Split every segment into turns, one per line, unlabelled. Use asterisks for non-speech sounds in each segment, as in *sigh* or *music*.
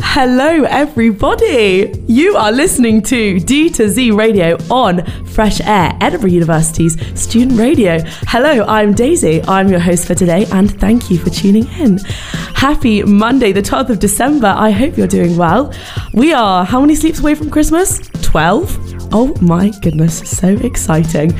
Hello, everybody. You are listening to D to Z Radio on Fresh Air, Edinburgh University's student radio. Hello, I'm Daisy. I'm your host for today, and thank you for tuning in. Happy Monday, the 12th of December. I hope you're doing well. We are how many sleeps away from Christmas? 12? Oh my goodness, so exciting.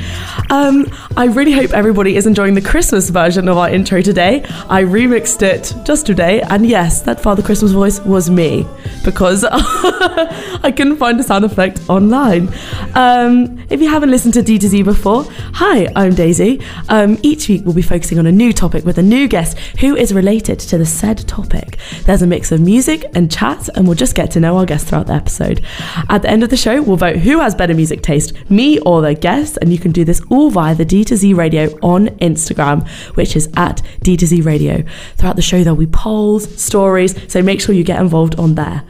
Um, I really hope everybody is enjoying the Christmas version of our intro today. I remixed it just today, and yes, that Father Christmas voice was me because *laughs* I couldn't find a sound effect online. Um, if you haven't listened to D to Z before, hi, I'm Daisy. Um, each week we'll be focusing on a new topic with a new guest who is related to the said topic. There's a mix of music and chats, and we'll just get to know our guests throughout the episode. At the end of the show, we'll vote who has better music taste, me or the guest, and you can do this all via the D to Z Radio on Instagram, which is at D to Z Radio. Throughout the show, there'll be polls, stories, so make sure you get involved on there.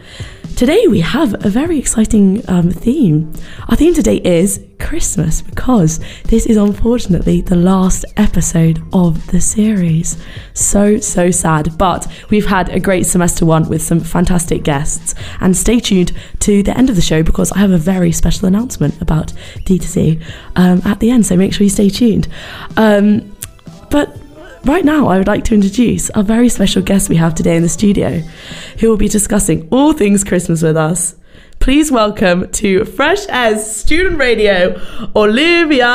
Today we have a very exciting um, theme. Our theme today is Christmas because this is unfortunately the last episode of the series. So, so sad, but we've had a great semester one with some fantastic guests. And stay tuned to the end of the show because I have a very special announcement about D2C um, at the end, so make sure you stay tuned. Um, but Right now, I would like to introduce our very special guest we have today in the studio, who will be discussing all things Christmas with us. Please welcome to Fresh Air's Student Radio, Olivia.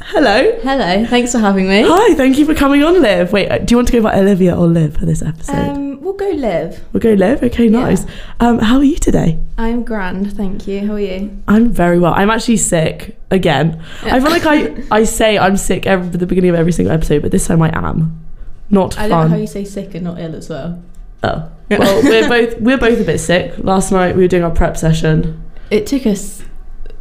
Hello.
Hello, thanks for having me.
Hi, thank you for coming on, Liv. Wait, uh, do you want to go by Olivia or Liv for this episode?
Um, we'll go live.
we'll go Liv. Okay, nice. Um, how are you today?
I'm grand, thank you. How are you?
I'm very well. I'm actually sick again. I feel like I, I say I'm sick every, at the beginning of every single episode, but this time I am. Not fun.
I don't know how you say sick and not ill as well.
Oh. Well, we're both we're both a bit sick. Last night we were doing our prep session.
It took us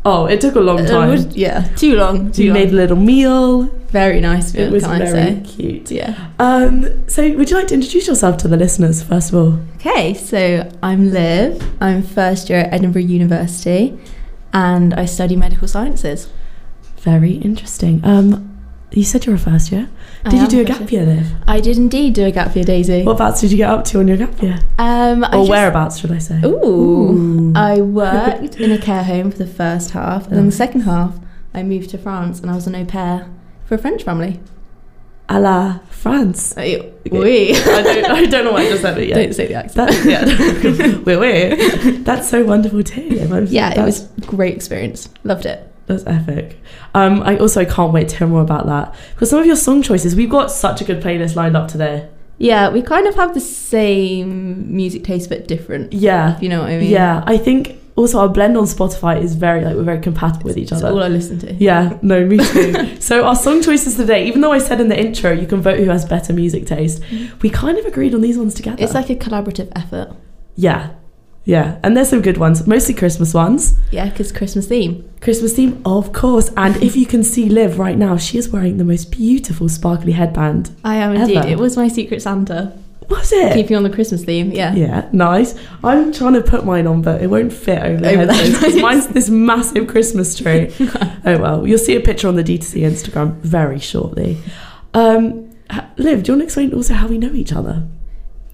Oh, it took a long
it
time.
Uh, would- yeah, too long. Too
we
long.
made a little meal.
very nice
It
meal,
was
can I
very
say?
cute.
Yeah.
Um, so would you like to introduce yourself to the listeners first of all?
Okay, so I'm Liv. I'm first year at Edinburgh University and I study medical sciences.
Very interesting. Um, you said you were a first year.
I
Did you
am
do a
first
gap year Liv?
I did indeed do a gap year, Daisy.
What bats did you get up to on your gap year?
Um, I
or
just-
whereabouts should I say?
Ooh.
Ooh.
I worked in a care home for the first half, and then the
Oh.
second half, I moved to France and I was an au pair for a French family.
A la *laughs* France.
I, oui.
I don't I don't know why I just said it yet.
*laughs* Don't say the accent.
That, *laughs* yeah. wait, wait. That's so wonderful too. Liv. I'm-
yeah, it
that's-
was great experience. Loved it.
That's epic. Um, I also can't wait to hear more about that because some of your song choices. We've got such a good playlist lined up today.
Yeah, we kind of have the same music taste, but different.
Yeah,
If you know what I mean.
yeah. I think also our blend on Spotify is very like we're very compatible with each
It's
other.
all I listen to.
yeah, no,
*laughs*
me too. so our song choices today, even though I said in the intro you can vote who has better music taste, we kind of agreed on these ones together.
Mm-hmm. It's like a collaborative effort.
yeah, yeah, and there's some good ones, mostly Christmas ones.
Yeah, because Christmas theme.
Christmas theme, of course. And if you can see Liv right now, she is wearing the most beautiful sparkly headband.
I am
Ever.
indeed. It was my secret Santa.
Was it?
Keeping on the Christmas theme. Yeah.
Yeah, nice. I'm trying to put mine on, but it won't fit over the
Over the
headphones 'cause
headphones.
mine's this massive Christmas
*laughs*
tree. oh well, you'll see a picture on the D2C Instagram very shortly. Um, h- Liv, do you want to explain also how we know each other?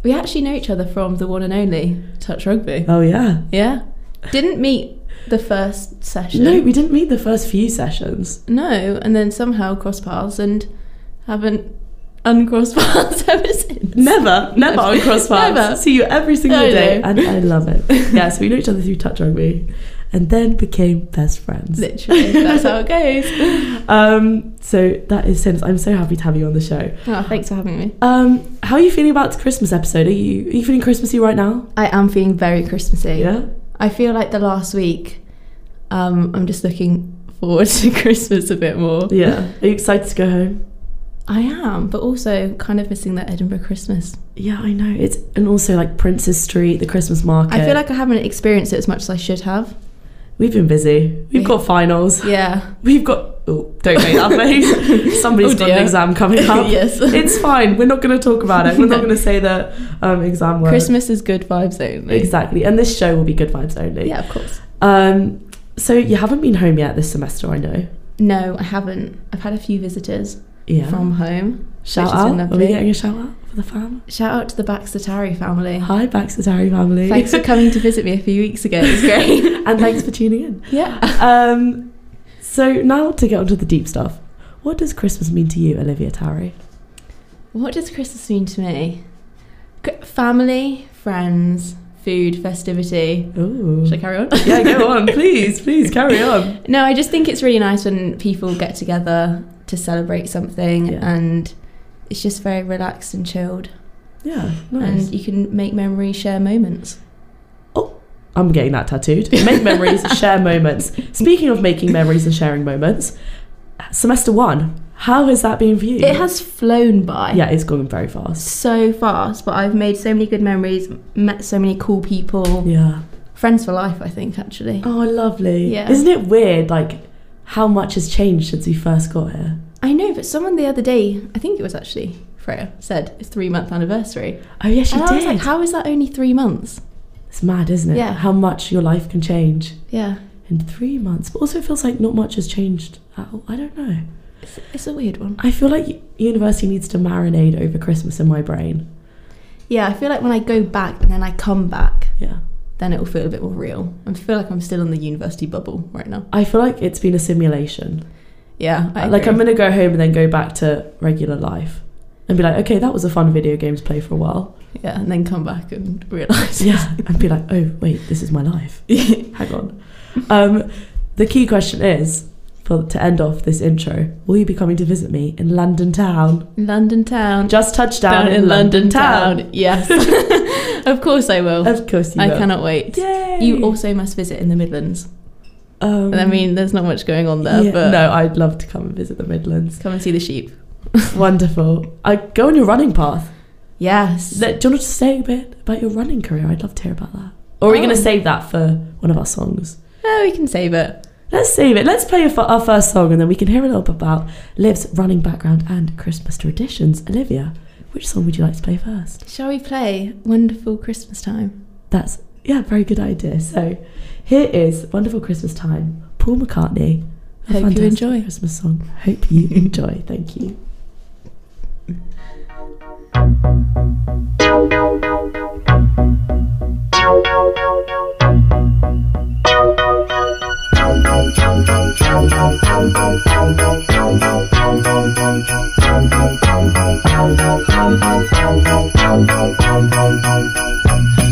We actually know each other from the one and only Touch Rugby.
Oh yeah.
Yeah. Didn't meet the first session.
No, we didn't meet the first few sessions.
No, and then somehow cross paths and haven't uncrossed *laughs* paths ever since.
Never, never on cross paths.
Never.
See you every single
I
day,
know.
and I love
*laughs*
it. Yeah, so we know each other through touch rugby, and then became best friends.
Literally, that's *laughs* how it goes.
Um, so that is since I'm so happy to have you on the show.
Oh, thanks for having me.
Um, how are you feeling about the Christmas episode? Are you are you feeling Christmassy right now?
I am feeling very Christmassy.
Yeah.
I feel like the last week, *laughs* um, I'm just looking forward to Christmas a bit more.
Yeah. Are you excited to go home?
I am, but also kind of missing that Edinburgh Christmas.
Yeah, I know. It's and also like Prince's Street, the Christmas market.
I feel like I haven't experienced it as much as I should have.
we've been busy. We've
We-
got finals.
Yeah.
We've got. Oh, don't make that *laughs*
*laughs*
face. Somebody's
Oh,
got an
dear.
exam *laughs* coming up.
Yes.
It's fine. We're not going to talk about it. *laughs* We're not
No.
going to say the um, exam word.
Christmas is good vibes only.
Exactly. And this show will be good vibes only.
Yeah, of course.
Um, so you haven't been home yet this semester, I know.
No, I haven't. I've had a few visitors
Yeah.
from home.
shout
which has been
out. Are we
lovely.
getting a shout out for the fam?
Shout out to the Baxter Tarry family.
Hi, Baxter Terry family.
Thanks for coming to visit me a few weeks ago. It's great.
*laughs* and thanks for tuning in.
yeah.
Um, so now to get onto the deep stuff. What does Christmas mean to you, Olivia Tarry?
What does Christmas mean to me? C- Family, friends, food, festivity.
Ooh.
Should I carry on?
yeah, go on. Please, please carry on.
*laughs* No, I just think it's really nice when people get together to celebrate something
Yeah.
and it's just very relaxed and chilled.
Yeah, nice.
And you can make memories, share moments.
I'm getting that tattooed. Make
*laughs*
memories, share moments. Speaking of making memories and sharing moments, semester one, how has that been for you?
It has flown by
Yeah, it's gone very fast.
so fast, but I've made so many good memories, met so many cool people.
Yeah.
Friends for life, I think, actually.
Oh, lovely.
Yeah.
Isn't it weird, like, how much has changed since we first got here?
I know, but someone the other day, I think it was actually Freya, said it's three month anniversary.
Oh, yes, you
and I was
did.
like, how is that only three months?
it's mad, isn't it?
Yeah.
How much your life can change
Yeah.
in three months. But also, it feels like not much has changed at all. I don't know.
It's, it's a weird one.
I feel like u- university needs to marinate over Christmas in my brain.
Yeah, I feel like when I go back and then I come back,
Yeah.
then it will feel a bit more real. I feel like I'm still in the university bubble right now.
I feel like it's been a simulation.
Yeah, I
like
agree.
I'm gonna go home and then go back to regular life and be like, okay, that was a fun video games play for a
*laughs*
while.
yeah, and then come back and realise.
Yeah, and be like, oh wait, this is my
*laughs*
life.
Yeah.
Hang on. Um, the key question is for to end off this intro: Will you be coming to visit me in London town?
London town,
Just touched down, in London, town.
Yes, *laughs* of course I
*laughs*
will.
Of course, you
I
will.
cannot wait.
Yay!
You also must visit in the Midlands.
Um,
I mean, there's not much going on there,
yeah,
but
no, I'd love to come and visit the Midlands. *laughs*
come and see the sheep.
Wonderful. I go on your running path.
Yes.
Let- Do you want to say a bit about your running career? I'd love to hear about that. Or are we going
Oh.
to save that for one of our songs?
No, we can save it.
Let's save it. Let's play for our first song and then we can hear a little bit about Liv's running background and Christmas traditions. Olivia, which song would you like to play first?
Shall we play Wonderful Christmas Time?
That's, yeah, very good idea. So here is Wonderful Christmas Time, Paul McCartney. A
Hope you
fantastic
enjoy.
Christmas song. Hope you *laughs* enjoy. Thank you.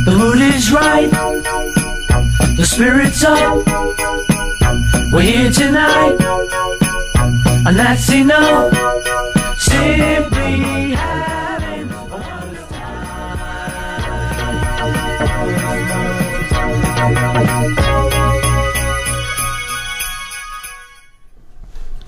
The mood is right, the spirit's up. We're here tonight, and that's enough. Simply having a wonderful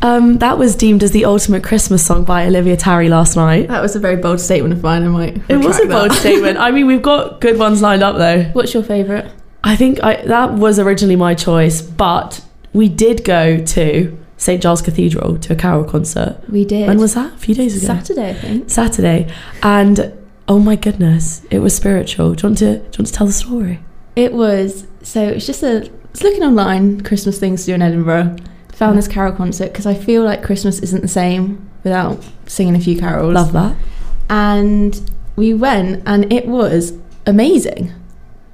Um, that was deemed as the ultimate Christmas song by Olivia Tarry last night.
That was a very bold statement of mine. I might.
It was a
retract that.
bold statement. I mean, we've got good ones lined up though.
What's your favourite?
I think I, that was originally my choice, but we did go to St Giles Cathedral to a carol concert.
We did.
When was that? A few days ago.
Saturday, I think.
Saturday. And oh my goodness, it was spiritual. Do you want to, do you want to tell the story?
It was so it's just a it's looking online Christmas things to do in Edinburgh. Found this carol concert because I feel like Christmas isn't the same without singing a few carols.
Love that.
And we went and it was amazing.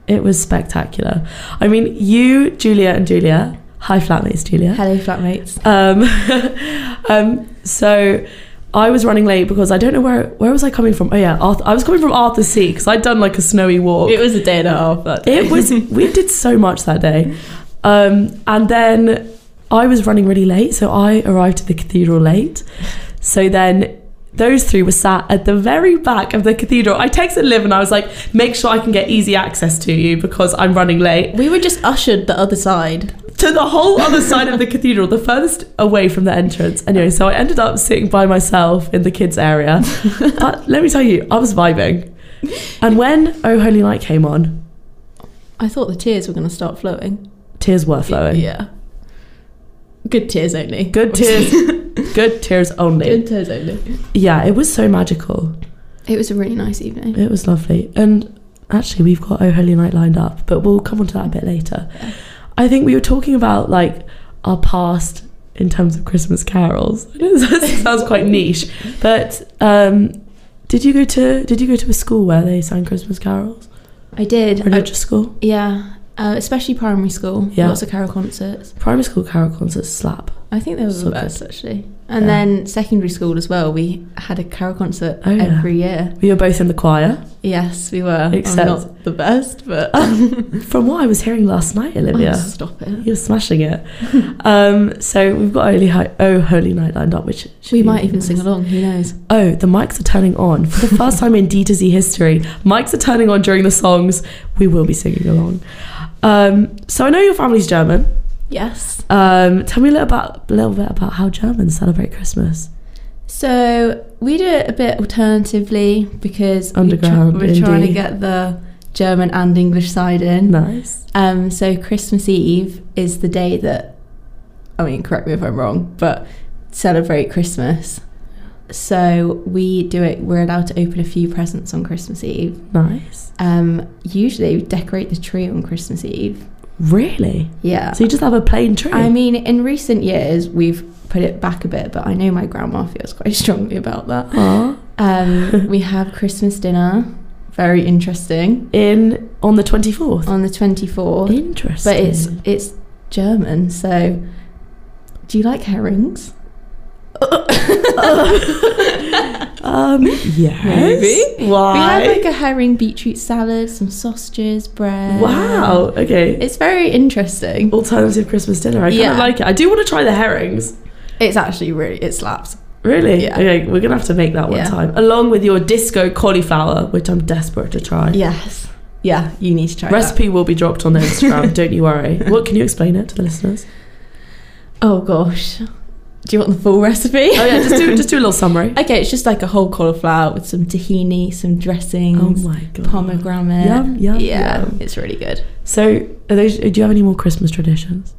It was spectacular. I mean, you, Julia, and Julia. Hi, flatmates, Julia.
Hello, flatmates.
Um, *laughs* um, so I was running late because I don't know where where was I coming from. Oh yeah, Arthur, I was coming from Arthur Sea because I'd done like a snowy walk.
It was a day and a half. That
It
*laughs*
was we did so much that day, um, and then I was running really late, so I arrived at the cathedral late. So then those three were sat at the very back of the cathedral. I texted Liv and I was like, "Make sure I can get easy access to you because I'm running late."
we were just ushered the other side.
to the whole other side of the cathedral, the furthest away from the entrance. Anyway, so I ended up sitting by myself in the kids' area. But let me tell you, I was vibing. And when Oh Holy Night came on,
I thought the tears were going to start flowing.
tears were flowing.
Yeah. Good tears only.
Good tears. Good tears only.
*laughs* Good tears only.
Yeah, it was so magical.
It was a really nice evening.
It was lovely. And actually, we've got Oh Holy Night lined up, but we'll come on to that a bit later. I think we were talking about like our past in terms of Christmas carols. *laughs* I know this sounds quite niche, but um, did you go to did you go to a school where they sang Christmas carols?
I did. I-
Religious school,
yeah. Uh, especially primary school.
Yeah.
Lots of carol concerts.
primary school carol concerts slap.
I think there was
So
the best, actually. And
Yeah.
then secondary school as well. We had a carol concert
Oh, yeah.
every year.
We were both in the choir.
Yes, we were. I'm
Except-
not the
*laughs*
best, but
From what I was hearing last night, Olivia,
Oh, *laughs* stop it.
you're smashing
*laughs*
it. um, so we've got Holy Hi- Oh Holy Night lined up, which should be
We might
really
even
nice.
sing along. Who knows?
Oh, the mics are turning on for the first time in D to Z history. Mics are turning on during the songs. We will be singing along. Um, so I know your family's German.
Yes.
Um, tell me a little about a little bit about how Germans celebrate Christmas.
So we do it a bit alternatively because we tr-
Underground,
we're trying to
indie.
get the German and English side in.
Nice.
Um, so Christmas Eve is the day that, I mean, correct me if I'm wrong, but celebrate Christmas. So we do it. We're allowed to open a few presents on Christmas Eve.
Nice.
Um, usually, we decorate the tree on Christmas Eve.
Really?
Yeah.
So you just have a plain tree?
I mean, in recent years, we've put it back a bit, but I know my grandma feels quite *laughs* strongly about that.
Aw.
Um, we have Christmas dinner, very interesting,
in on the twenty fourth.
on the 24th.
Interesting.
But it's it's German, so do you like herrings?
um yes.
Maybe. We
Why?
have like a herring beetroot salad, some sausages, bread.
wow. Okay.
It's very interesting.
Alternative Christmas dinner. I kind of
Yeah.
like it. I do want to try the herrings.
It's actually really it slaps.
Really?
Yeah.
Okay, we're gonna have to make that one
Yeah.
time, along with your disco cauliflower, which I'm desperate to try.
Yes. Yeah, you need to try that.
Recipe will be dropped on the Instagram. don't you
*laughs*
worry. What can you explain it to the listeners?
Oh gosh. Do you want the full recipe?
Oh yeah, just do
*laughs*
just do a little summary.
Okay, it's just like a whole cauliflower with some tahini, some
Oh
dressings,
my god.
pomegranate.
Yum, yum,
yeah,
yum.
it's really good.
So, are those, do you have any more Christmas traditions?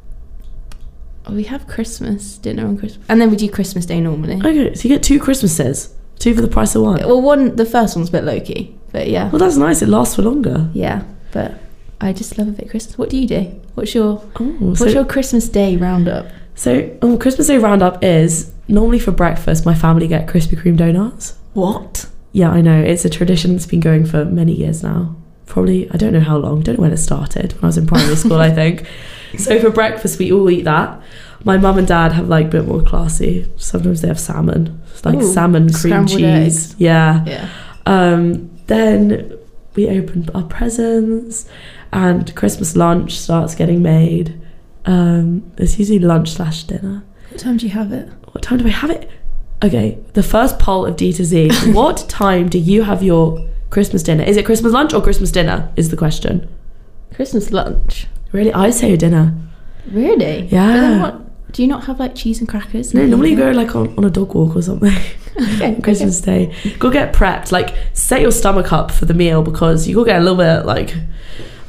Oh, We have Christmas dinner on Christmas, and then we do Christmas Day normally.
Okay, so you get two Christmases, two for the price of one.
Well, one the first one's a bit low key, but yeah,
Well, that's nice. It lasts for longer.
yeah. But I just love a bit of Christmas. What do you do? What's your
Oh,
What's your Christmas Day roundup?
so um, Christmas Day roundup is normally for breakfast. My family get Krispy Kreme donuts.
What?
Yeah, I know. It's a tradition that's been going for many years now. Probably, I don't know how long, don't know when it started, when I was in
*laughs*
primary school, I think. So for breakfast, we all eat that. My mum and dad have like a bit more classy. Sometimes they have salmon, It's like
Ooh,
salmon cream
scrambled
cheese.
eggs.
Yeah.
Yeah.
Um, then we open our presents, and Christmas lunch starts getting made. Um, it's usually lunch slash dinner.
What time do you have it?
What time do I have it? Okay, the first poll of D to Z. what time do you have your Christmas dinner? Is it Christmas lunch or Christmas dinner? Is the question.
Christmas lunch.
Really, I say a dinner.
Really?
Yeah.
But then what, do you not have like cheese and crackers?
No, normally you go like on, on a dog walk or something.
*laughs*
*laughs*
Okay, *laughs* okay.
Christmas Day. Go get prepped. Like set your stomach up for the meal because you will get a little bit like.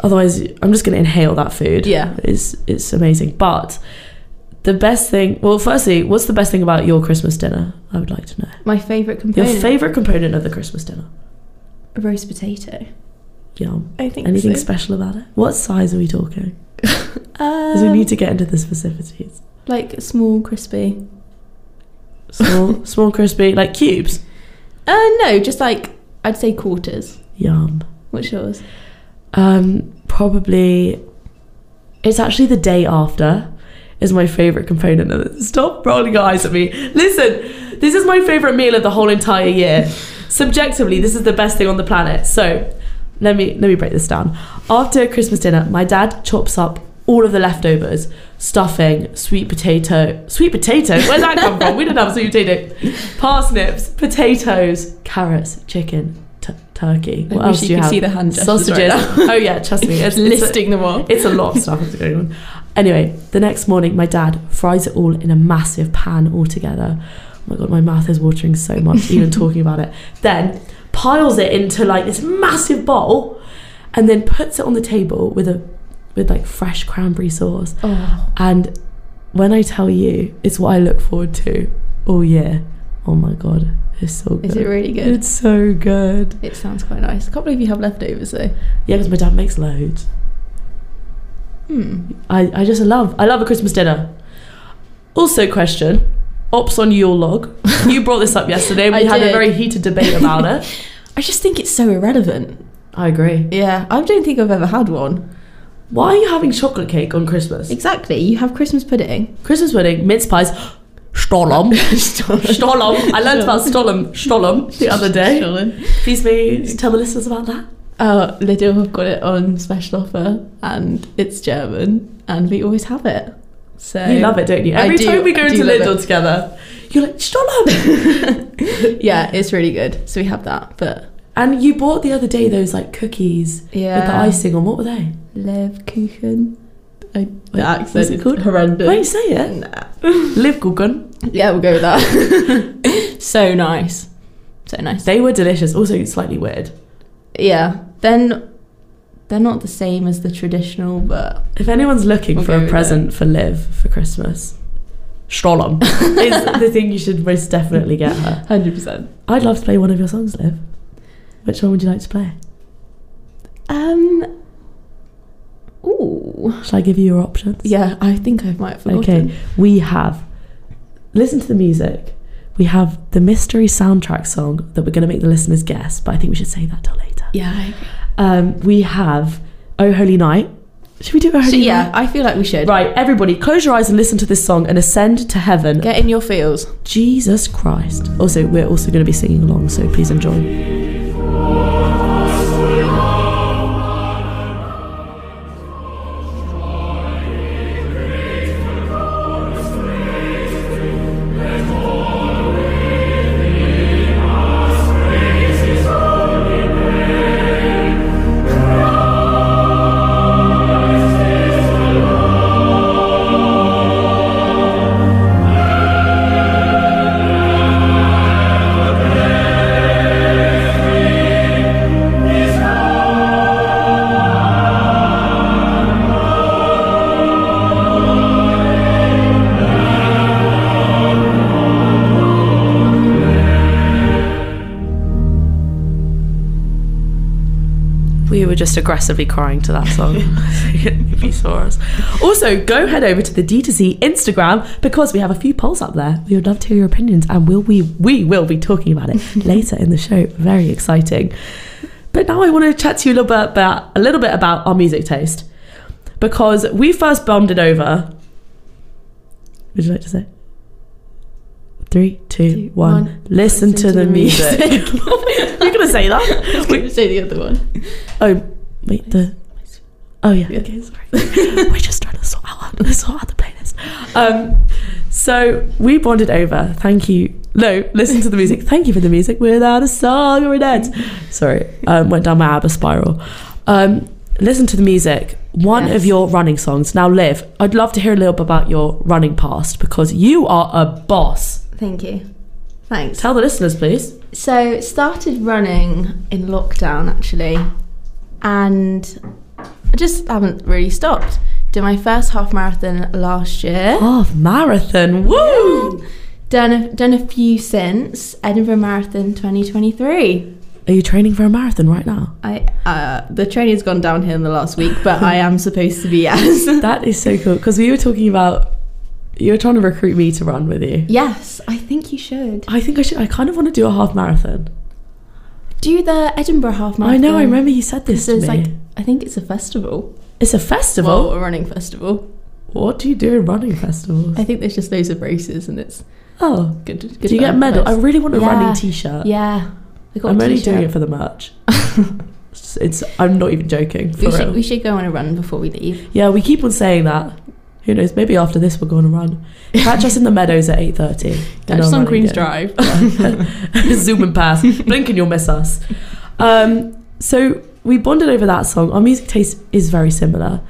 Otherwise, I'm just gonna inhale that food.
Yeah.
it's it's amazing. But the best thing. Well, firstly, what's the best thing about your Christmas dinner? I would like to know
My favorite
your
component.
favorite component of the Christmas dinner.
roast potato.
Yum.
I think
Anything
so.
special about it? What size are we talking? Because
Um,
we need to get into the specificities.
like small crispy. *laughs*
Small, small, crispy, like cubes.
Uh no, just like I'd say quarters.
Yum.
What's yours?
Um, probably. It's actually the day after is my favorite component of it. Stop rolling your eyes at me. Listen, this is my favorite meal of the whole entire year. Subjectively, this is the best thing on the planet. So, let me let me break this down. After Christmas dinner, my dad chops up all of the leftovers, stuffing, sweet potato, sweet potato. Where'd that come from? We didn't have sweet potato. Parsnips, potatoes, carrots, chicken, t- turkey. What
I
else do
wish you
you
could
have?
see the hand gestures
sausages.
right now.
oh yeah, trust me, it's, it's a-
them all.
it's a lot of stuff that's going on. Anyway, the next morning, my dad fries it all in a massive pan all together. Oh my god, my mouth is watering so much
*laughs*
even talking about it. Then piles it into like this massive bowl, and then puts it on the table with a with like fresh cranberry sauce.
Oh.
And when I tell you, it's what I look forward to all year. Oh my god, it's so good.
Is it really good?
It's so good.
It sounds quite nice. I can't believe you have leftovers though.
Yeah, because my dad makes loads.
Hmm.
I, I just love I love a Christmas dinner. Also, question: Ops on your
*laughs*
log. You brought this up yesterday.
I
We had a
did.
very heated debate about
*laughs*
it.
I just think it's so irrelevant.
I agree.
Yeah, I don't think I've ever had one.
Why are you having chocolate cake on Christmas?
Exactly. You have
*laughs*
Christmas pudding.
Christmas pudding, mince pies,
*laughs*
stollen.
Stollen.
Stollen. I learned about stollen. Stollen the other day.
Stollen.
Please, please tell the listeners about that.
Oh, Lidl have got it on special offer, and it's German, and we always have it. So
You love it, don't you?
Uh, I
Every
do-
time we
I
go
do
to
love
Lidl
it.
together, you're like stollen.
*laughs* Yeah, it's really good. So we have that, but
and you bought the other day those like cookies with the
Yeah.
icing on. What were they?
Levkuchen. I, the accent
what's it
is
called?
horrendous.
Wait, say it.
Nah.
Livgugun.
Yeah, we'll go with that. *laughs* so nice. So nice.
They were delicious, also slightly weird.
Yeah. Then they're not the same as the traditional, but
If anyone's looking
We'll
for
go
a
with
present for Liv for Christmas,
*laughs*
Strollum is the thing you should most definitely get her.
100%.
I'd love to play one of your songs, Liv. Which one would you like to play?
Um. Ooh.
Shall I give you your options?
Yeah, I think I might have forgotten.
Okay, we have. Listen to the music. We have the mystery soundtrack song that we're going to make the listeners guess, but I think we should save that till later.
Yeah. *laughs* I agree.
Um, we have Oh Holy Night. Should we do Oh Holy
So,
Night?
yeah, I feel like we should.
Right, everybody, close your eyes and listen to this song and ascend to heaven
Get in your feels.
Jesus Christ. Also, we're also going to be singing along, so please enjoy. We were just aggressively crying to that *laughs* song. if you saw us. Also, go head over to the D2C Instagram because we have a few polls up there. We would love to hear your opinions and will we we will be talking about *laughs* it later in the show. Very exciting. But now I want to chat to you a little bit about a little bit about our music taste. Because we first bombed it over. Would you like to say? Three, two,
Two,
one.
one.
Listen, to, the, music. *laughs*
*laughs*
You're gonna say that? *laughs*
I was going to say the other *laughs* one.
Oh, wait, the. Oh, yeah.
Yeah.
Okay, sorry. *laughs* We're just trying to sort out, *laughs* sort out the playlist. Um, so we bonded over. Thank you. No, listen to the *laughs* music. Thank you for the music. Without a song or a dance. Sorry, um, went down my ABBA spiral. Um, listen to the music. One
Yes.
of your running songs. Now, Liv, I'd love to hear a little bit about your running past because you are a boss.
Thank you. Thanks.
Tell the listeners, please.
So started running in lockdown actually, and I just haven't really stopped. Did my first half marathon last year.
Half Oh, marathon. Woo!
Done a, done a few since Edinburgh Marathon 2023.
Are you training for a marathon right now?
I uh, the training's gone downhill in the last week, but I am supposed to
*laughs*
be yes.
That is so cool because we were talking about you were trying to recruit me to run with you.
yes, I think you should
I think I should. I kind of want to do a half marathon.
do the Edinburgh half marathon.
I know. I remember you said this
This
to me.
is like I think it's a festival.
it's a festival.
Well, a running festival.
what do you do in running festivals?
I think there's just loads of races and it's
Oh,
good. good
do you get a
fun.
medal? I really want a
Yeah.
running t-shirt.
Yeah. I got
I'm
a
only
t-shirt.
doing it for the
*laughs*
merch. it's, it's- I'm not even joking. For
we,
real.
should, we should go on a run before we leave.
yeah, we keep on saying that. Who knows? Maybe after this we'll go on a
*laughs*
run. Catch us in the meadows at eight thirty.
Drive.
*laughs* Zoom and pass. Blink and you'll miss us. Um, so we bonded over that song. Our music taste is very similar.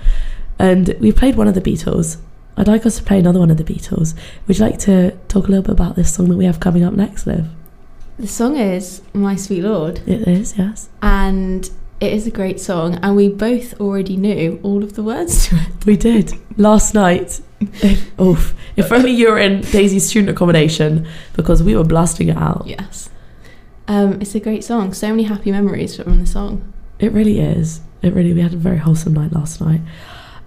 and we played one of the Beatles. I'd like us to play another one of the Beatles. Would you like to talk a little bit about this song that we have coming up next, Liv?
The song is My Sweet Lord,
It is, yes.
and it is a great song, and we both already knew all of the words *laughs* to it.
We did last night. *laughs* If, oof! If only you were in Daisy's student accommodation because we were blasting it out.
Yes. Um, it's a great song. So many happy memories from the song.
It really is. It really. We had a very wholesome night last night.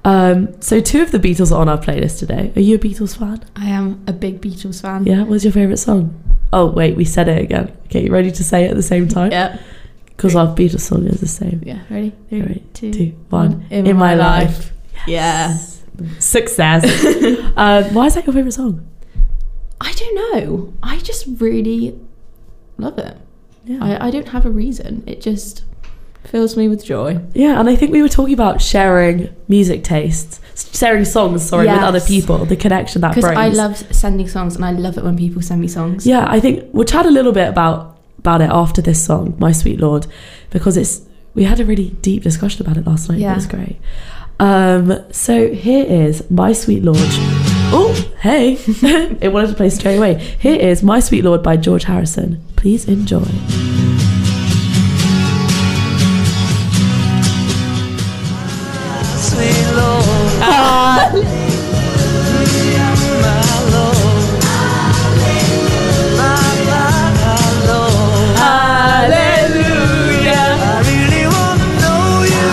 Um, so two of the Beatles are on our playlist today. Are you a Beatles fan?
I am a big Beatles fan.
Yeah. What's your favourite song? Oh wait, we said it again. Okay, you ready to say it at the same time?
Yeah.
Because our Beatles song is the same.
Yeah. Ready? Three,
Three,
two,
Two, one. In, my, life.
Yes. *laughs*
Success. um, why is that your favourite song?
I don't know. I just really love it.
Yeah.
I, I don't have a reason. It just fills me with joy.
Yeah, and I think we were talking about sharing music tastes, sharing songs, sorry, with
Yes.
other people, the connection that
Because
brings.
I love sending songs and I love it when people send me songs.
Yeah, I think we'll chat a little bit about about it after this song, My Sweet Lord, because it's we had a really deep discussion about it last night.
Yeah.
It was great. Um, so here is My Sweet Lord. Oh, hey. *laughs* it wanted to play straight away. Here is My Sweet Lord by George Harrison. Please enjoy.
Sweet Lord, my Lord, my, my, my Lord.
Hallelujah.
I really wanna know you.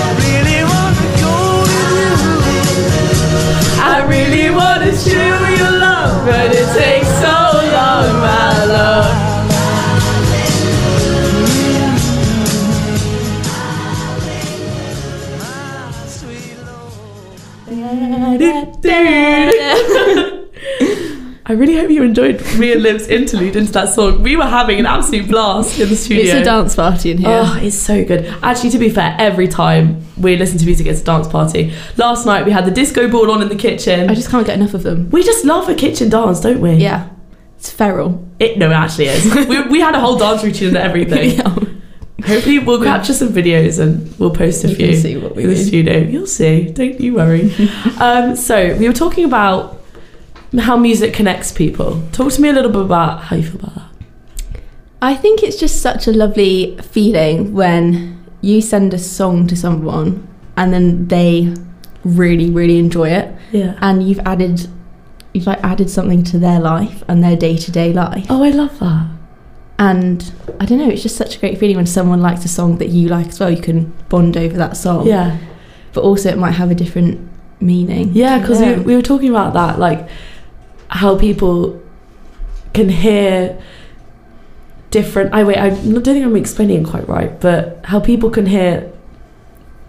I really wanna go with you.
I really want to show you love, but it takes so long, my love.
My sweet Lord.
I really hope you enjoyed me and Liv's interlude into that song. We were having an absolute blast in the studio.
It's a dance party in here.
Oh, it's so good. Actually, to be fair, every time we listen to music, it's a dance party. Last night we had the disco ball on in the kitchen.
I just can't get enough of them.
we just love a kitchen dance, don't we?
Yeah. It's feral.
It, no, it actually is.
*laughs*
we, we had a whole dance routine and everything. Hopefully, we'll capture some videos and we'll post a
You
few.
can see what we
in the
mean.
studio. You'll see. Don't you
*laughs*
worry. um, so we were talking about how music connects people. Talk to me a little bit about how you feel about that.
I think it's just such a lovely feeling when you send a song to someone and then they really, really enjoy it
Yeah.
and you've added you've like added something to their life and their day to day life.
Oh, I love that.
And I don't know, it's just such a great feeling when someone likes a song that you like as well. You can bond over that song.
Yeah.
But also it might have a different meaning.
Yeah, because we, we were talking about that, like how people can hear different. I wait, I don't think I'm explaining it quite right, but how people can hear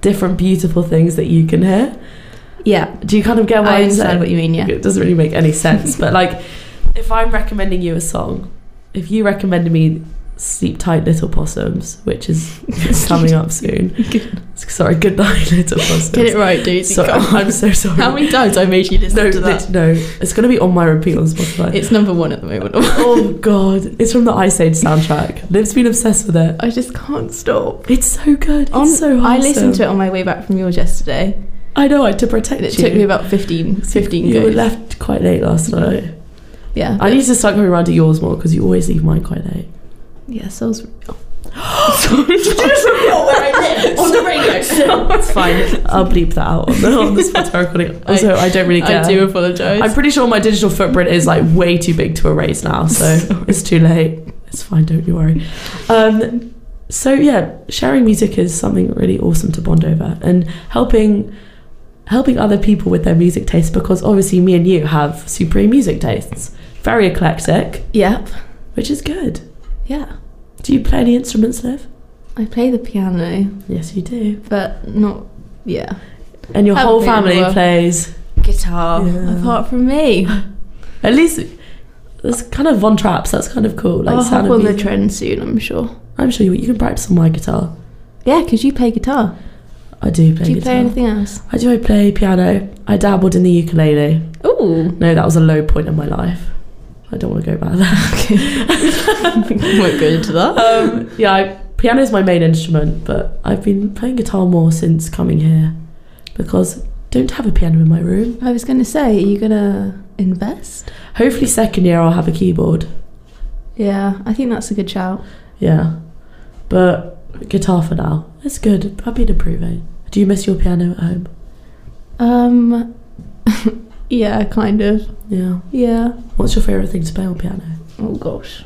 different beautiful things that you can hear.
Yeah.
Do you kind of get what
I
I'm
understand
saying?
what you *laughs* mean, yeah.
It doesn't really make any sense,
*laughs*
but like if I'm recommending you a song, if you recommended me Sleep Tight Little Possums, which
*laughs*
is coming up soon. Sorry, good night, *laughs* Little Possums.
Get it right, dude.
So,
Come *laughs* on.
I'm so sorry.
How many times I made you listen
No,
to that?
lit- no, it's going to be on my repeat on Spotify. *laughs*
It's number one at the *laughs* moment.
oh god, it's from the Ice Age soundtrack. Liv's been obsessed with it.
I just can't stop.
It's so good. It's
On-
so wholesome.
I listened to it on my way back from yours yesterday,
I know. I had to protect
and it
you.
took me about 15, 15
You were
goes.
left quite late last night.
Yeah,
I
but-
need to start coming around to yours more because you always leave mine quite late.
*laughs* yeah, soul's real. *gasps* *laughs*
on the radio. it's fine. I'll bleep that out on the, on the Spotify
*laughs*
recording. Also, I, don't really care.
I do apologise.
I'm pretty sure my digital footprint is like way too big to erase now,
*laughs*
so it's too late. It's fine, don't you worry. Um, so yeah, sharing music is something really awesome to bond over, and helping helping other people with their music tastes because obviously me and you have supreme music tastes, very eclectic,
Yep.
which is good.
Yeah.
Do you play any instruments, Liv?
I play the piano,
Yes, you do.
but not. Yeah.
And your
Haven't
whole
played in a
family
while.
plays.
Guitar.
Yeah.
Apart from me,
At least that's kind of Von Traps. That's kind of cool. Like
I'll
sound
hop
of
on the
music.
trend soon. I'm sure.
I'm sure you, you can practice on my guitar.
Yeah, because you play guitar.
I do play
Do you
guitar.
play anything else?
I do. I play piano. I dabbled in the ukulele.
Ooh. *laughs*
No, that was a low point in my life. I don't want to go back there.
*laughs* Won't go into that.
um, yeah, I Piano is my main instrument, but I've been playing guitar more since coming here because I don't have a piano in my room.
I was going to say, are you going to invest?
Hopefully, second year I'll have a keyboard.
Yeah, I think that's a good shout.
Yeah, but guitar for now. It's good. I've been improving. Do you miss your piano at home?
Um, *laughs* yeah, kind of.
Yeah.
Yeah.
What's your favourite thing to play on piano?
Oh gosh,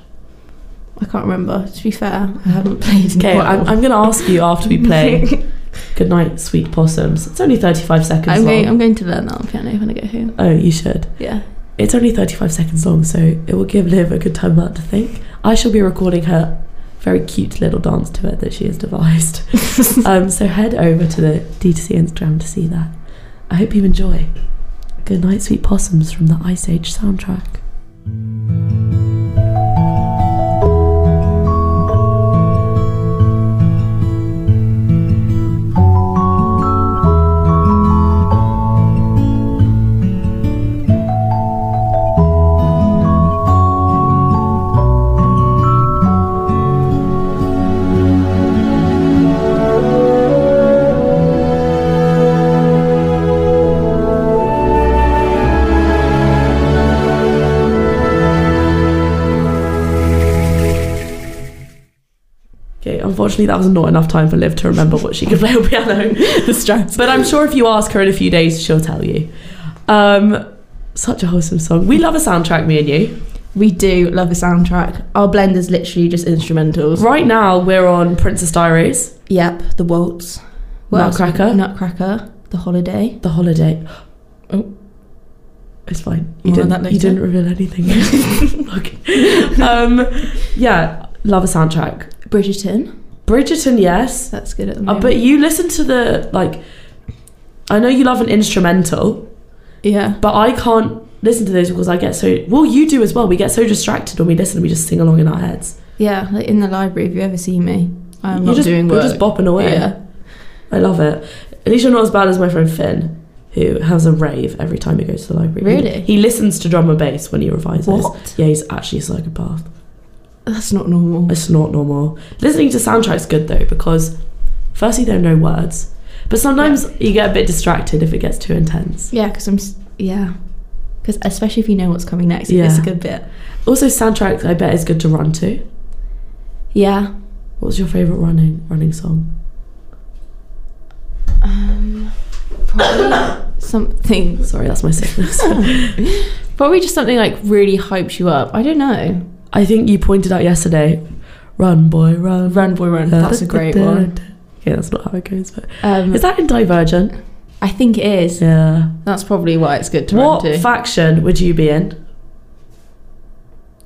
I can't remember. To be fair, I haven't played.
Okay, I'm, I'm going to ask you after we
*laughs*
play
I'm,
Good Night Sweet Possums. It's only 35 seconds long.
going, I'm going to learn that on piano when I go home.
oh, you should.
Yeah.
It's only 35 seconds long, so it will give Liv a good time about to think. I shall be recording her very cute little dance to it that she has devised.
*laughs*
um, so head over to the D2C Instagram to see that. I hope you enjoy. Good night, sweet possums from the Ice Age soundtrack. Okay, unfortunately, that was not enough time for Liv to remember what she could play on piano.
*laughs* the stress.
But I'm sure if you ask her in a few days, she'll tell you. Um, such a wholesome song. We love a soundtrack, me and you.
We do love a soundtrack. Our blend is literally just instrumentals.
Right now, we're on Princess Diaries,
Yep. The waltz. What else?
Nutcracker.
Nutcracker. The holiday.
The Holiday. *gasps*
Oh.
It's fine. You,
More on
didn't,
that
you
later.
didn't reveal
*laughs*
anything. okay. Um, yeah, love a soundtrack.
Bridgerton.
Bridgerton, yes.
That's good at the
Uh,
moment.
but you listen to the, like, I know you love an instrumental,
yeah.
but I can't listen to those because I get so, well, you do as well. We get so distracted when we listen and we just sing along in our heads.
Yeah. Like in the library, if you ever see me, I'm
You're
not
just,
doing
You're
work.
just bopping away.
Yeah.
I love it. At least you're not as bad as my friend Finn, who has a rave every time he goes to the library.
Really?
He, he listens to drum and bass when he revises.
What?
Yeah, he's actually a psychopath.
That's not normal.
It's not normal. Listening to soundtracks good though because firstly there are no words, but sometimes you get a bit distracted if it gets too intense.
Yeah, because I'm. s- Yeah. Because especially if you know what's coming next, it's
Yeah.
a good bit.
Also, soundtracks I bet is good to run to.
Yeah.
What's your favorite running running song?
Um,
*laughs*
probably something.
Sorry, that's my sickness. *laughs*
Probably just something like really hypes you up. I don't know.
I think you pointed out yesterday. Run boy, run.
Run boy run. That's
*laughs*
a great one.
Okay, that's not how it goes, but
Um,
is that in Divergent?
I think it is.
Yeah.
That's probably why it's good to
What
run to.
faction would you be in?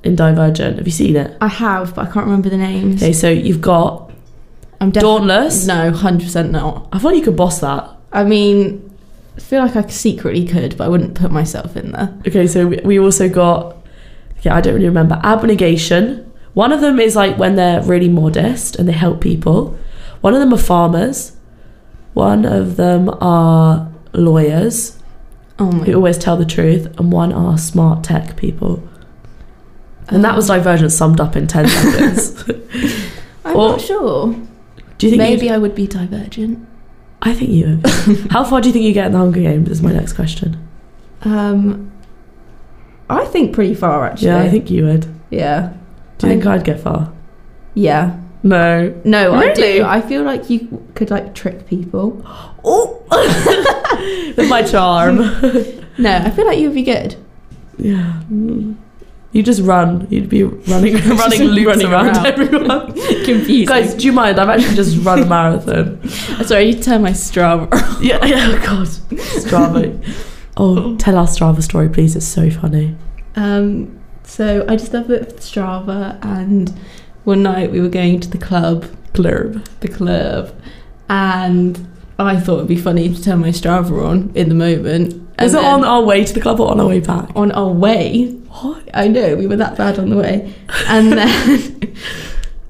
In Divergent, have you seen it?
I have, but I can't remember the names.
Okay, so you've got
I'm definitely
Dauntless.
no, hundred percent not.
I thought you could boss that.
I mean, I feel like I secretly could, but I wouldn't put myself in there.
Okay, so we, we also got. Yeah, I don't really remember. Abnegation. One of them is like when they're really modest and they help people. One of them are farmers. One of them are lawyers
Oh my.
who always tell the truth, and one are smart tech people. And that was Divergent summed up in ten seconds.
I'm
or-
not sure.
Do you think you'd-
Maybe I would be divergent.
I think you. How far do you think you get in the Hunger Games? Is my next question.
Um, I think pretty far actually.
Yeah, I think you would.
Yeah.
Do you think I'd get far?
Yeah.
No.
No, I
Really?
do. I feel like you could like trick people. *gasps*
Oh, *laughs* with my charm.
No, I feel like you'd
*laughs*
be good.
Yeah. Mm. You just run. You'd be *laughs* running, running loops
Running
around,
around.
everyone. *laughs*
Confused.
Guys, do you mind? I've actually just run a marathon.
sorry, you turn my Strava.
*laughs* Yeah. yeah oh God. Strava. *laughs* Oh, tell our Strava story, please. It's so funny.
Um, so I just love it with Strava, and one night we were going to the club,
Blurb.
the club, and I thought it'd be funny to turn my Strava on in the moment. and
Is it
then
on our way to the club or on our way back?
on our way?
What?
I know we were that bad on the way, and then. *laughs*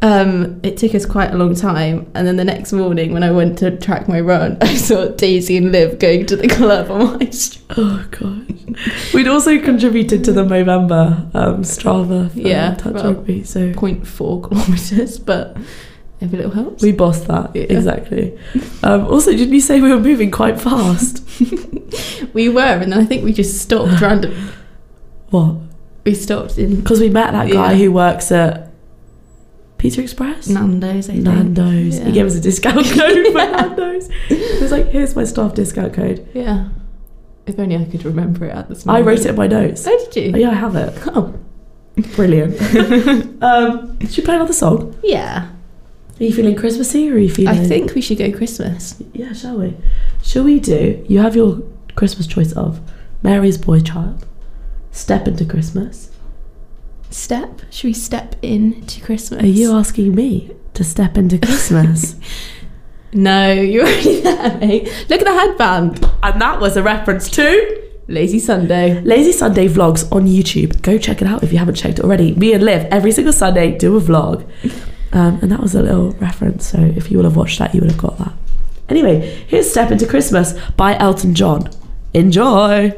Um, it took us quite a long time, and then the next morning, when I went to track my run, *laughs* I saw Daisy and Liv going to the club on my *laughs* Strava.
Oh god. We'd also contributed to the Movember um, Strava for
Yeah,
touch
well-
rugby. So
0.4 kilometers, but Every little helps.
We bossed that
Yeah.
exactly. Um, also, didn't you say we were moving quite fast?
We were, and then I think we
*sighs*
just stopped random.
what?
We stopped in
Because we met that guy
Yeah.
who works at Pizza Express.
Nando's. I think.
Nando's. He
Yeah.
gave us a discount code for
Yeah.
Nando's. He was like, "Here's my staff discount code."
Yeah. If only I could remember it at this
I
moment.
wrote it in my notes.
So did you?
Oh, yeah, I have it.
Oh.
Brilliant. um, should we play another song?
Yeah.
Are you feeling Christmassy or are you feeling?
I think we should go Christmas.
Yeah, shall we? Shall we do? You have your Christmas choice of Mary's Boy Child, Step into Christmas.
Step? Should we step in to Christmas?
Are you asking me to step into Christmas?
*laughs* No, you're already there, mate. Look at the headband.
and that was a reference to.
Lazy Sunday.
Lazy Sunday vlogs on YouTube. Go check it out if you haven't checked it already. Me and Liv every single Sunday do a vlog, um, and that was a little reference. So if you would have watched that, you would have got that. Anyway, here's "Step Into Christmas" by Elton John. Enjoy.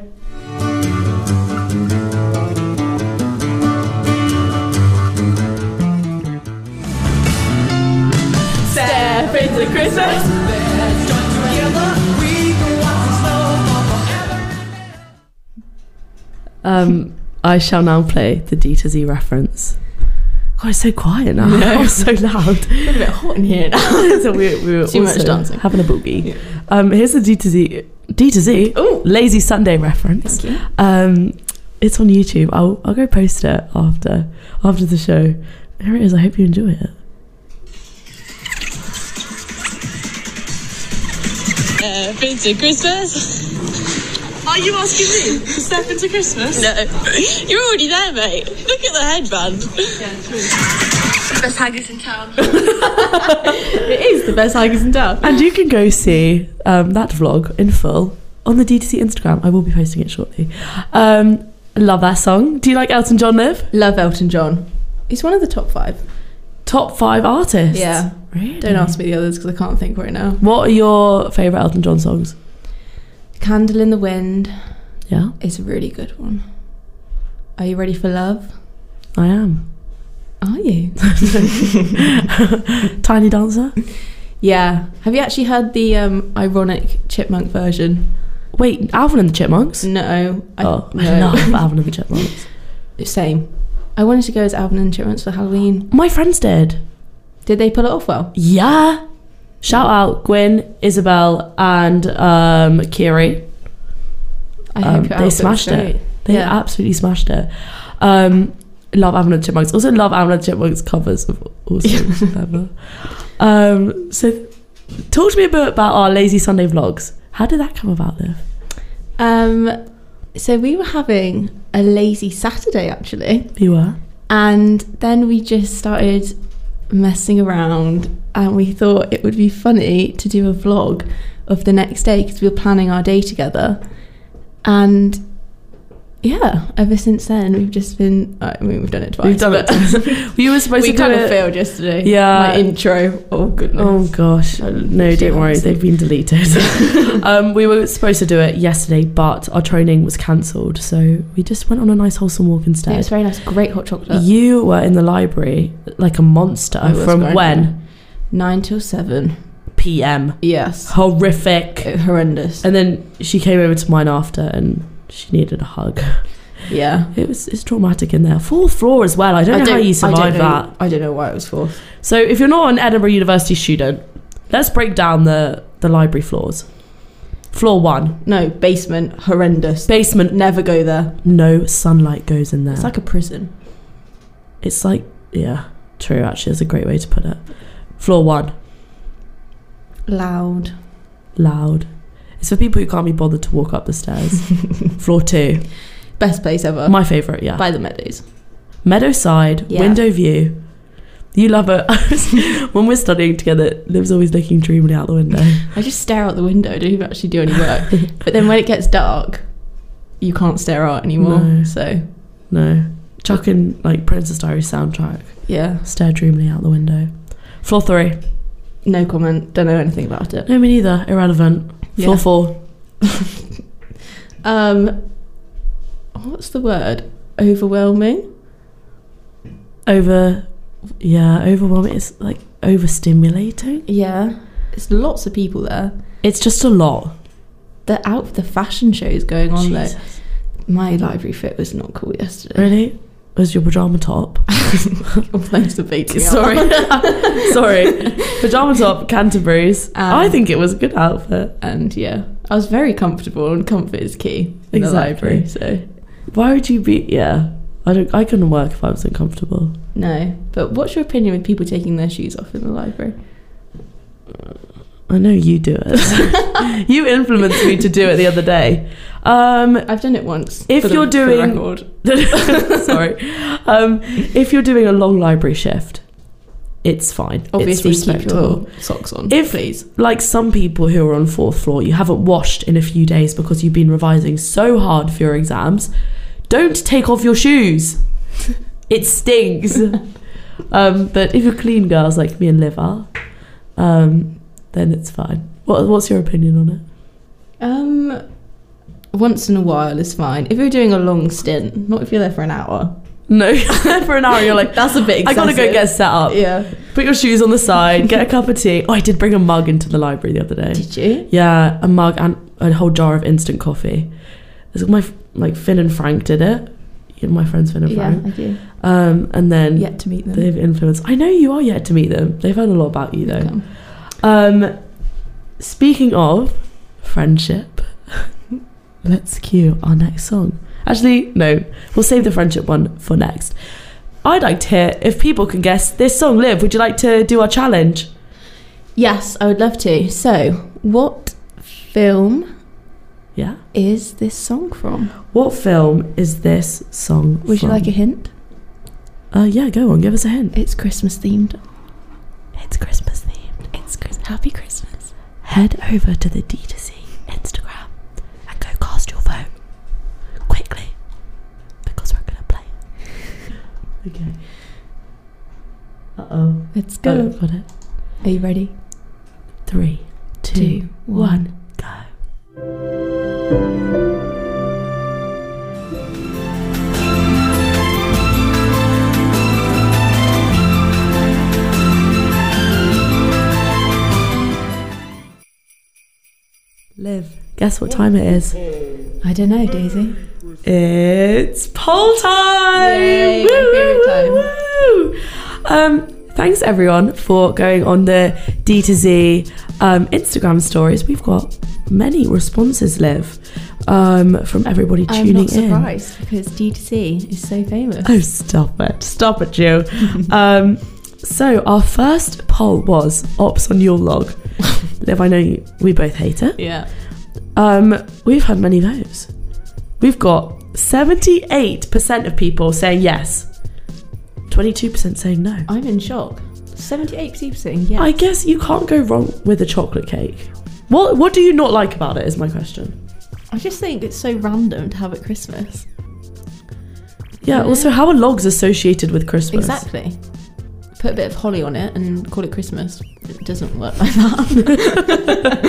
Step into Christmas.
Um, I shall now play the D to Z reference. God, it's so quiet now.
No.
That was *laughs* so loud. *laughs*
It's a bit hot in here now. *laughs*
so we, we were
Too much
also
dancing.
having a boogie. Um, here's the D to Z. D to Z.
Oh.
Lazy Sunday reference.
Thank you.
Um, it's on YouTube. I'll I'll go post it after after the show. Here it is. I hope you enjoy it.
Step into Uh, Christmas. Are you asking me to step into Christmas? No. *laughs* You're already there, mate. Look at the headband.
best haggis in town.
It is the best haggis in town.
And you can go see um, that vlog in full on the DTC Instagram. I will be posting it shortly. Um, love that song. Do you like Elton John? Live
Love Elton John. He's one of the top five.
top five artists.
Yeah.
Really?
Don't ask me the others because I can't think right now.
What are your favorite Elton John songs?
Candle in the Wind
Yeah,
is a really good one. Are you ready for love?
I am.
Are you?
Tiny Dancer.
yeah. Have you actually heard the um, ironic chipmunk version?
Wait, Alvin and the Chipmunks.
No. I,
oh, I *laughs* love Alvin and the Chipmunks.
Same. I wanted to go as Alvin and Chipmunks for Halloween.
My friends did.
Did they pull it off well?
Yeah. Shout out Gwen, Isabel, and um, Kiri.
I
Um,
hope your
they
outfit was
smashed it.
great.
They
Yeah.
absolutely smashed it. Um, love Avalon and Chipmunks. Also love Avalon and Chipmunks covers of
*laughs*
all songs ever. Um, so, talk to me a bit about our Lazy Sunday vlogs. How did that come about, Liv?
Um, so we were having a lazy Saturday actually.
You were.
And then we just started messing around and we thought it would be funny to do a vlog of the next day because we were planning our day together. And yeah, ever since then we've just been uh, I mean we've done it twice.
We've done it.
but
we were supposed
*laughs* we
to do
kind of
it-
failed yesterday.
Yeah.
My intro. Oh goodness.
Oh gosh, no! Don't worry, they've been deleted.
*laughs*
um, we were supposed to do it yesterday, but our training was cancelled, so we just went on a nice wholesome walk
Yeah,
instead.
it was very nice. Great hot chocolate.
You were in the library like a monster
I was
from
going
when?
Nine till seven.
PM.
Yes.
Horrific.
It- horrendous.
And then she came over to mine after and she needed a hug.
Yeah.
It was it's traumatic in there. Fourth floor as well. I don't know how you
I don't
survived
know-
that.
I don't know why it was fourth.
So if you're not an Edinburgh University student, let's break down the, the library floors. Floor one,
No, basement, horrendous.
basement,
Never go there.
no sunlight goes in there.
It's like a prison.
It's like, yeah, true, actually, that's a great way to put it. Floor one,
Loud.
loud. It's for people who can't be bothered to walk up the
*laughs*
stairs. Floor two,
Best place ever.
my favourite, yeah.
By the meadows.
Meadow side,
Yeah.
window view. You love
*laughs*
it. when we're studying together, Liv's always looking dreamily out the window.
I just stare out the window. I don't even actually do any *laughs* work. but then when it gets dark, you can't stare out anymore.
No.
So
No. Chucking like Princess Diary soundtrack.
yeah,
Stare dreamily out the window. Floor three.
no comment. Don't know anything about it.
No, me neither. Irrelevant. Floor
Yeah.
four.
Um, what's the word? Overwhelming.
Over yeah, overwhelming. It's like overstimulating.
Yeah, it's lots of people there.
It's just a lot.
The out the fashion shows going on
Jesus.
though. My library fit was not cool *laughs* yesterday.
Really? Was your pajama top?
Thanks *laughs* for baiting.
Sorry.
*laughs*
Sorry. Pajama top, Canterbury's.
Um,
I think it was a good outfit.
and yeah, I was very comfortable, and comfort is key in the
Exactly.
library. So
Why would you be? Yeah, I don't. I couldn't work if I was uncomfortable.
no, but what's your opinion with people taking their shoes off in the library?
I know you do it.
*laughs*
you influenced me to do it the other day. Um, *laughs*
I've done it once.
If
for the-
you're
for the
doing-
record.
sorry. Um, if you're doing a long library shift, it's fine.
obviously
it's
keep
respectable.
your socks on,
If-
please.
like some people who are on fourth floor, you haven't washed in a few days because you've been revising so hard for your exams. Don't take off your shoes.
*laughs*
It stings. um, but if you're clean girls like me and Liv are, um, then it's fine. What, what's your opinion on it?
Um, once in a while is fine. If you're doing a long stint, not if you're there for an hour.
No, *laughs* for
Oh,
an hour you're
*laughs*
like,
That's a bit.
I gotta go get
excessive.
set up.
Yeah.
Put your shoes on the side. Get a cup of tea. Oh, I did bring a mug into the library the other day.
Did you?
Yeah, a mug and a whole jar of instant coffee. It's my like Finn and Frank did it. Yeah, my friends Finn and Frank.
I do.
Um, and then
Yet to meet them.
they've influenced. I know you are yet to meet them. They've heard a lot about you though.
Come.
Um, speaking of friendship, *laughs* let's cue our next song. Actually, no, we'll save the friendship one for next. I'd like to hear if people can guess this song. Liv, would you like to do our challenge?
Yes, I would love to. So, what film
Yeah.
is this song from?
What film is this song?
Would
from?
you like a hint?
Uh, yeah, go on, give us a hint.
It's Christmas themed.
It's Christmas themed. It's Chris- Happy Christmas. Head over to the D2C Instagram and go cast your vote quickly because we're going to play it. *laughs* okay. Uh oh.
Let's
Go. Got it.
Are you ready?
Three, two, one, go. Liv, guess what time it is?
I don't know, Daisy.
It's poll time!
Yay, my
Woo, woo,
favourite time.
woo. Um, thanks everyone for going on the D to Z um, Instagram stories. We've got many responses, Liv, um, from everybody tuning
I'm not
in.
surprised because D2C is so famous.
*laughs* Oh, stop it. Stop it,
*laughs*
you. um, so, our first poll was Ops on your
*laughs*
log. Liv, I know you, we both hate it.
Yeah.
Um, we've had many votes. We've got 78% of people saying yes, 22% saying no.
I'm in shock. 78 people saying yes.
I guess you can't go wrong with a chocolate cake. What What do you not like about it? Is my question.
I just think it's so random to have at Christmas.
Yeah. Also, how are logs associated with Christmas?
Exactly. Put a bit of holly on it and call it Christmas. It doesn't work like
*laughs*
that.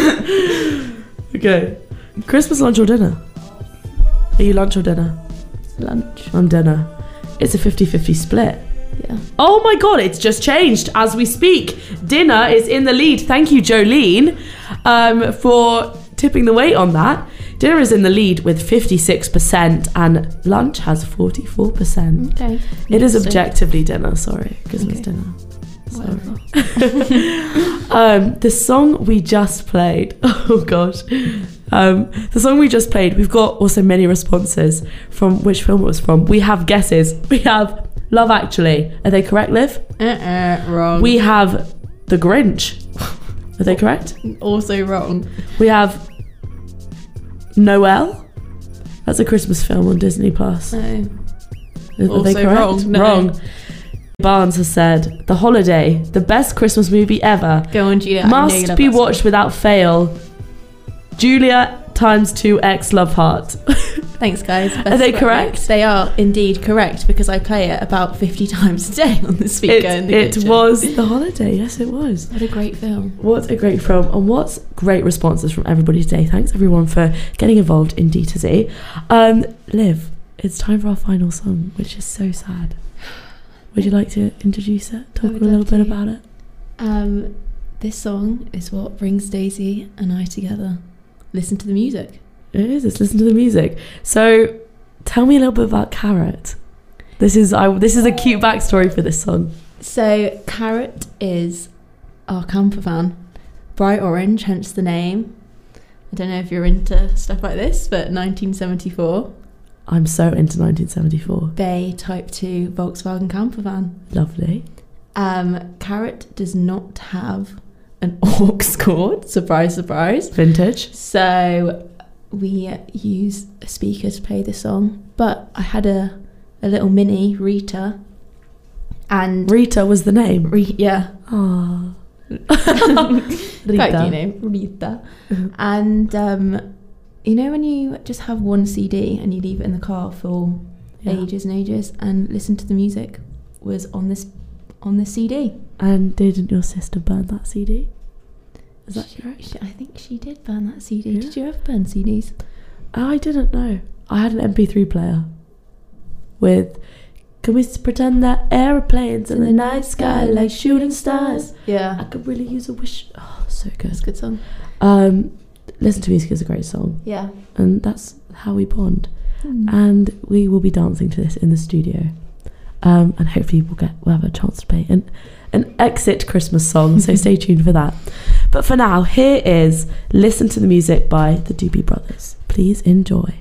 Okay. Christmas lunch or dinner? Are you lunch or dinner?
Lunch.
I'm dinner. It's a 50-50 split.
Yeah.
Oh my god, it's just changed as we speak. Dinner is in the lead. Thank you, Jolene, um, for tipping the weight on that. Dinner is in the lead with 56%, and lunch has 44%.
Okay.
It is
Interesting.
objectively dinner, sorry. Christmas
Okay.
dinner. *laughs* Sorry.
Whatever.
Um, the song we just played. *laughs* Oh gosh. Um, the song we just played, we've got also many responses from which film it was from. We have guesses. We have Love Actually. Are they correct, Liv?
Uh-uh, wrong.
We have The Grinch. Are they correct?
also wrong.
We have Noel. That's a Christmas film on Disney Plus. Are,
No.
are
Also
they correct?
wrong, no.
Wrong. Barnes has said The Holiday, the best Christmas movie ever,
Go on, Julia. I know you
must
love
be
that song.
watched without fail. Julia times two X Love Heart.
Thanks, guys. Best
Are they
of luck,
correct?
mates. They are indeed correct because I play it about 50 *laughs* times a day on the speaker
it
in the
it
kitchen.
was The Holiday. Yes, it was.
What a great film.
What a great film, and what's great responses from everybody today. Thanks everyone for getting involved in D to Z. Um, Liv, it's time for our final song, which is so sad. Would you like to introduce it? Talk a
would
little
love
bit
to.
about it.
Um, this song is what brings Daisy and I together. Listen to the music.
It is. Let's listen to the music. So, tell me a little bit about Carrot. This is I, this is a cute backstory for this song.
So Carrot is our camper van, bright orange, hence the name. I don't know if you're into stuff like this, but 1974
I'm so into 1974.
Bay Type 2 Volkswagen camper van.
Lovely.
Um, Carrot does not have an *laughs* aux cord. Surprise, surprise.
Vintage.
So we use a speaker to play the song, but I had a, a little mini Rita, and
Rita was the name.
re-
*laughs*
yeah,
Ah.
quite a
Rita.
cute name, Rita. and um, you know when you just have one CD and you leave it in the car for
*laughs* Yeah.
ages and ages and listen to the music was on this on the CD.
And didn't your sister burn that CD? Is that
She-
correct?
she- I think she did burn that CD.
Yeah.
Did you ever burn CDs?
Oh, I didn't know. I had an MP3 player with. Can we s- pretend that aeroplanes in the night sky like shooting stars? I
Yeah,
could really use a wish. Oh, so good.
that's a good song.
Um, Listen to Music is a great song,
Yeah.
and that's how we bond. And we will be dancing to this in the studio. Um, and hopefully we'll get we'll have a chance to play an an exit Christmas song. So stay tuned for that. But for now, here is "Listen to the Music" by the Doobie Brothers. Please enjoy.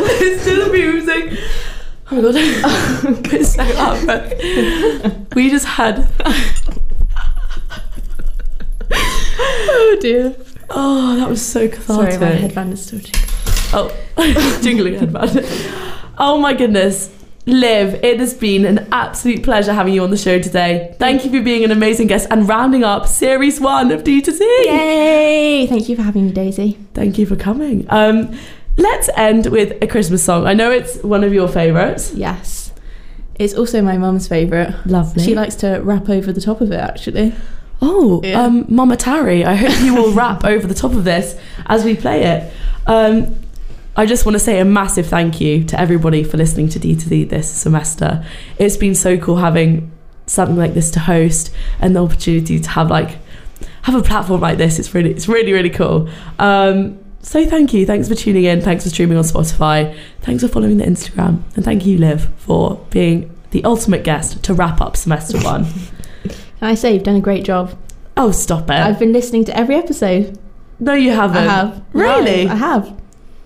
Listen to the music. Oh my god, *laughs* Get so out of breath. We just had.
Oh dear.
Oh, that was so cathartic.
Sorry, my headband is still too.
Oh, *laughs* jingling headband. Oh my goodness. Liv, it has been an absolute pleasure having you on the show today. Thank you for being an amazing guest and rounding up series one of D2C.
Yay! Thank you for having me, Daisy.
Thank you for coming. Um, let's end with a Christmas song. I know it's one of your favourites.
Yes. It's also my mum's favourite.
Lovely.
She likes to rap over the top of it, actually.
Oh,
Yeah.
um, Mama Tari, I hope you will rap over the top of this as we play it. Um, I just want to say a massive thank you to everybody for listening to D2D this semester. It's been so cool having something like this to host and the opportunity to have like have a platform like this. It's really it's really really cool. Um, so thank you. Thanks for tuning in. Thanks for streaming on Spotify. Thanks for following the Instagram. And thank you, Liv, for being the ultimate guest to wrap up semester one.
Can I say, you've done a great job.
oh, stop it.
I've been listening to every episode.
No, you haven't.
I have.
Really?
Live, I have.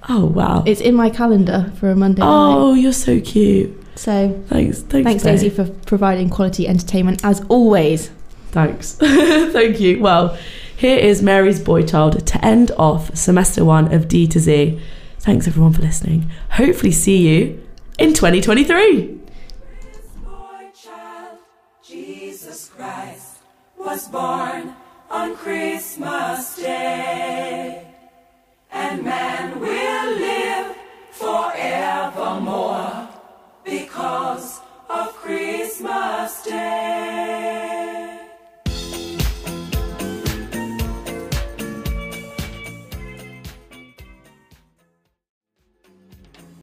Oh wow.
It's in my calendar for a Monday night.
oh, you're so cute.
So
Thanks. Thanks,
thanks,
babe.
Daisy, for providing quality entertainment as always.
Thanks. *laughs* Thank you. Well, here is Mary's boy child to end off semester one of D to Z. Thanks everyone for listening. Hopefully see you in 2023.
boy child, Jesus Christ, was born on Christmas Day. And man will live forevermore because of Christmas Day.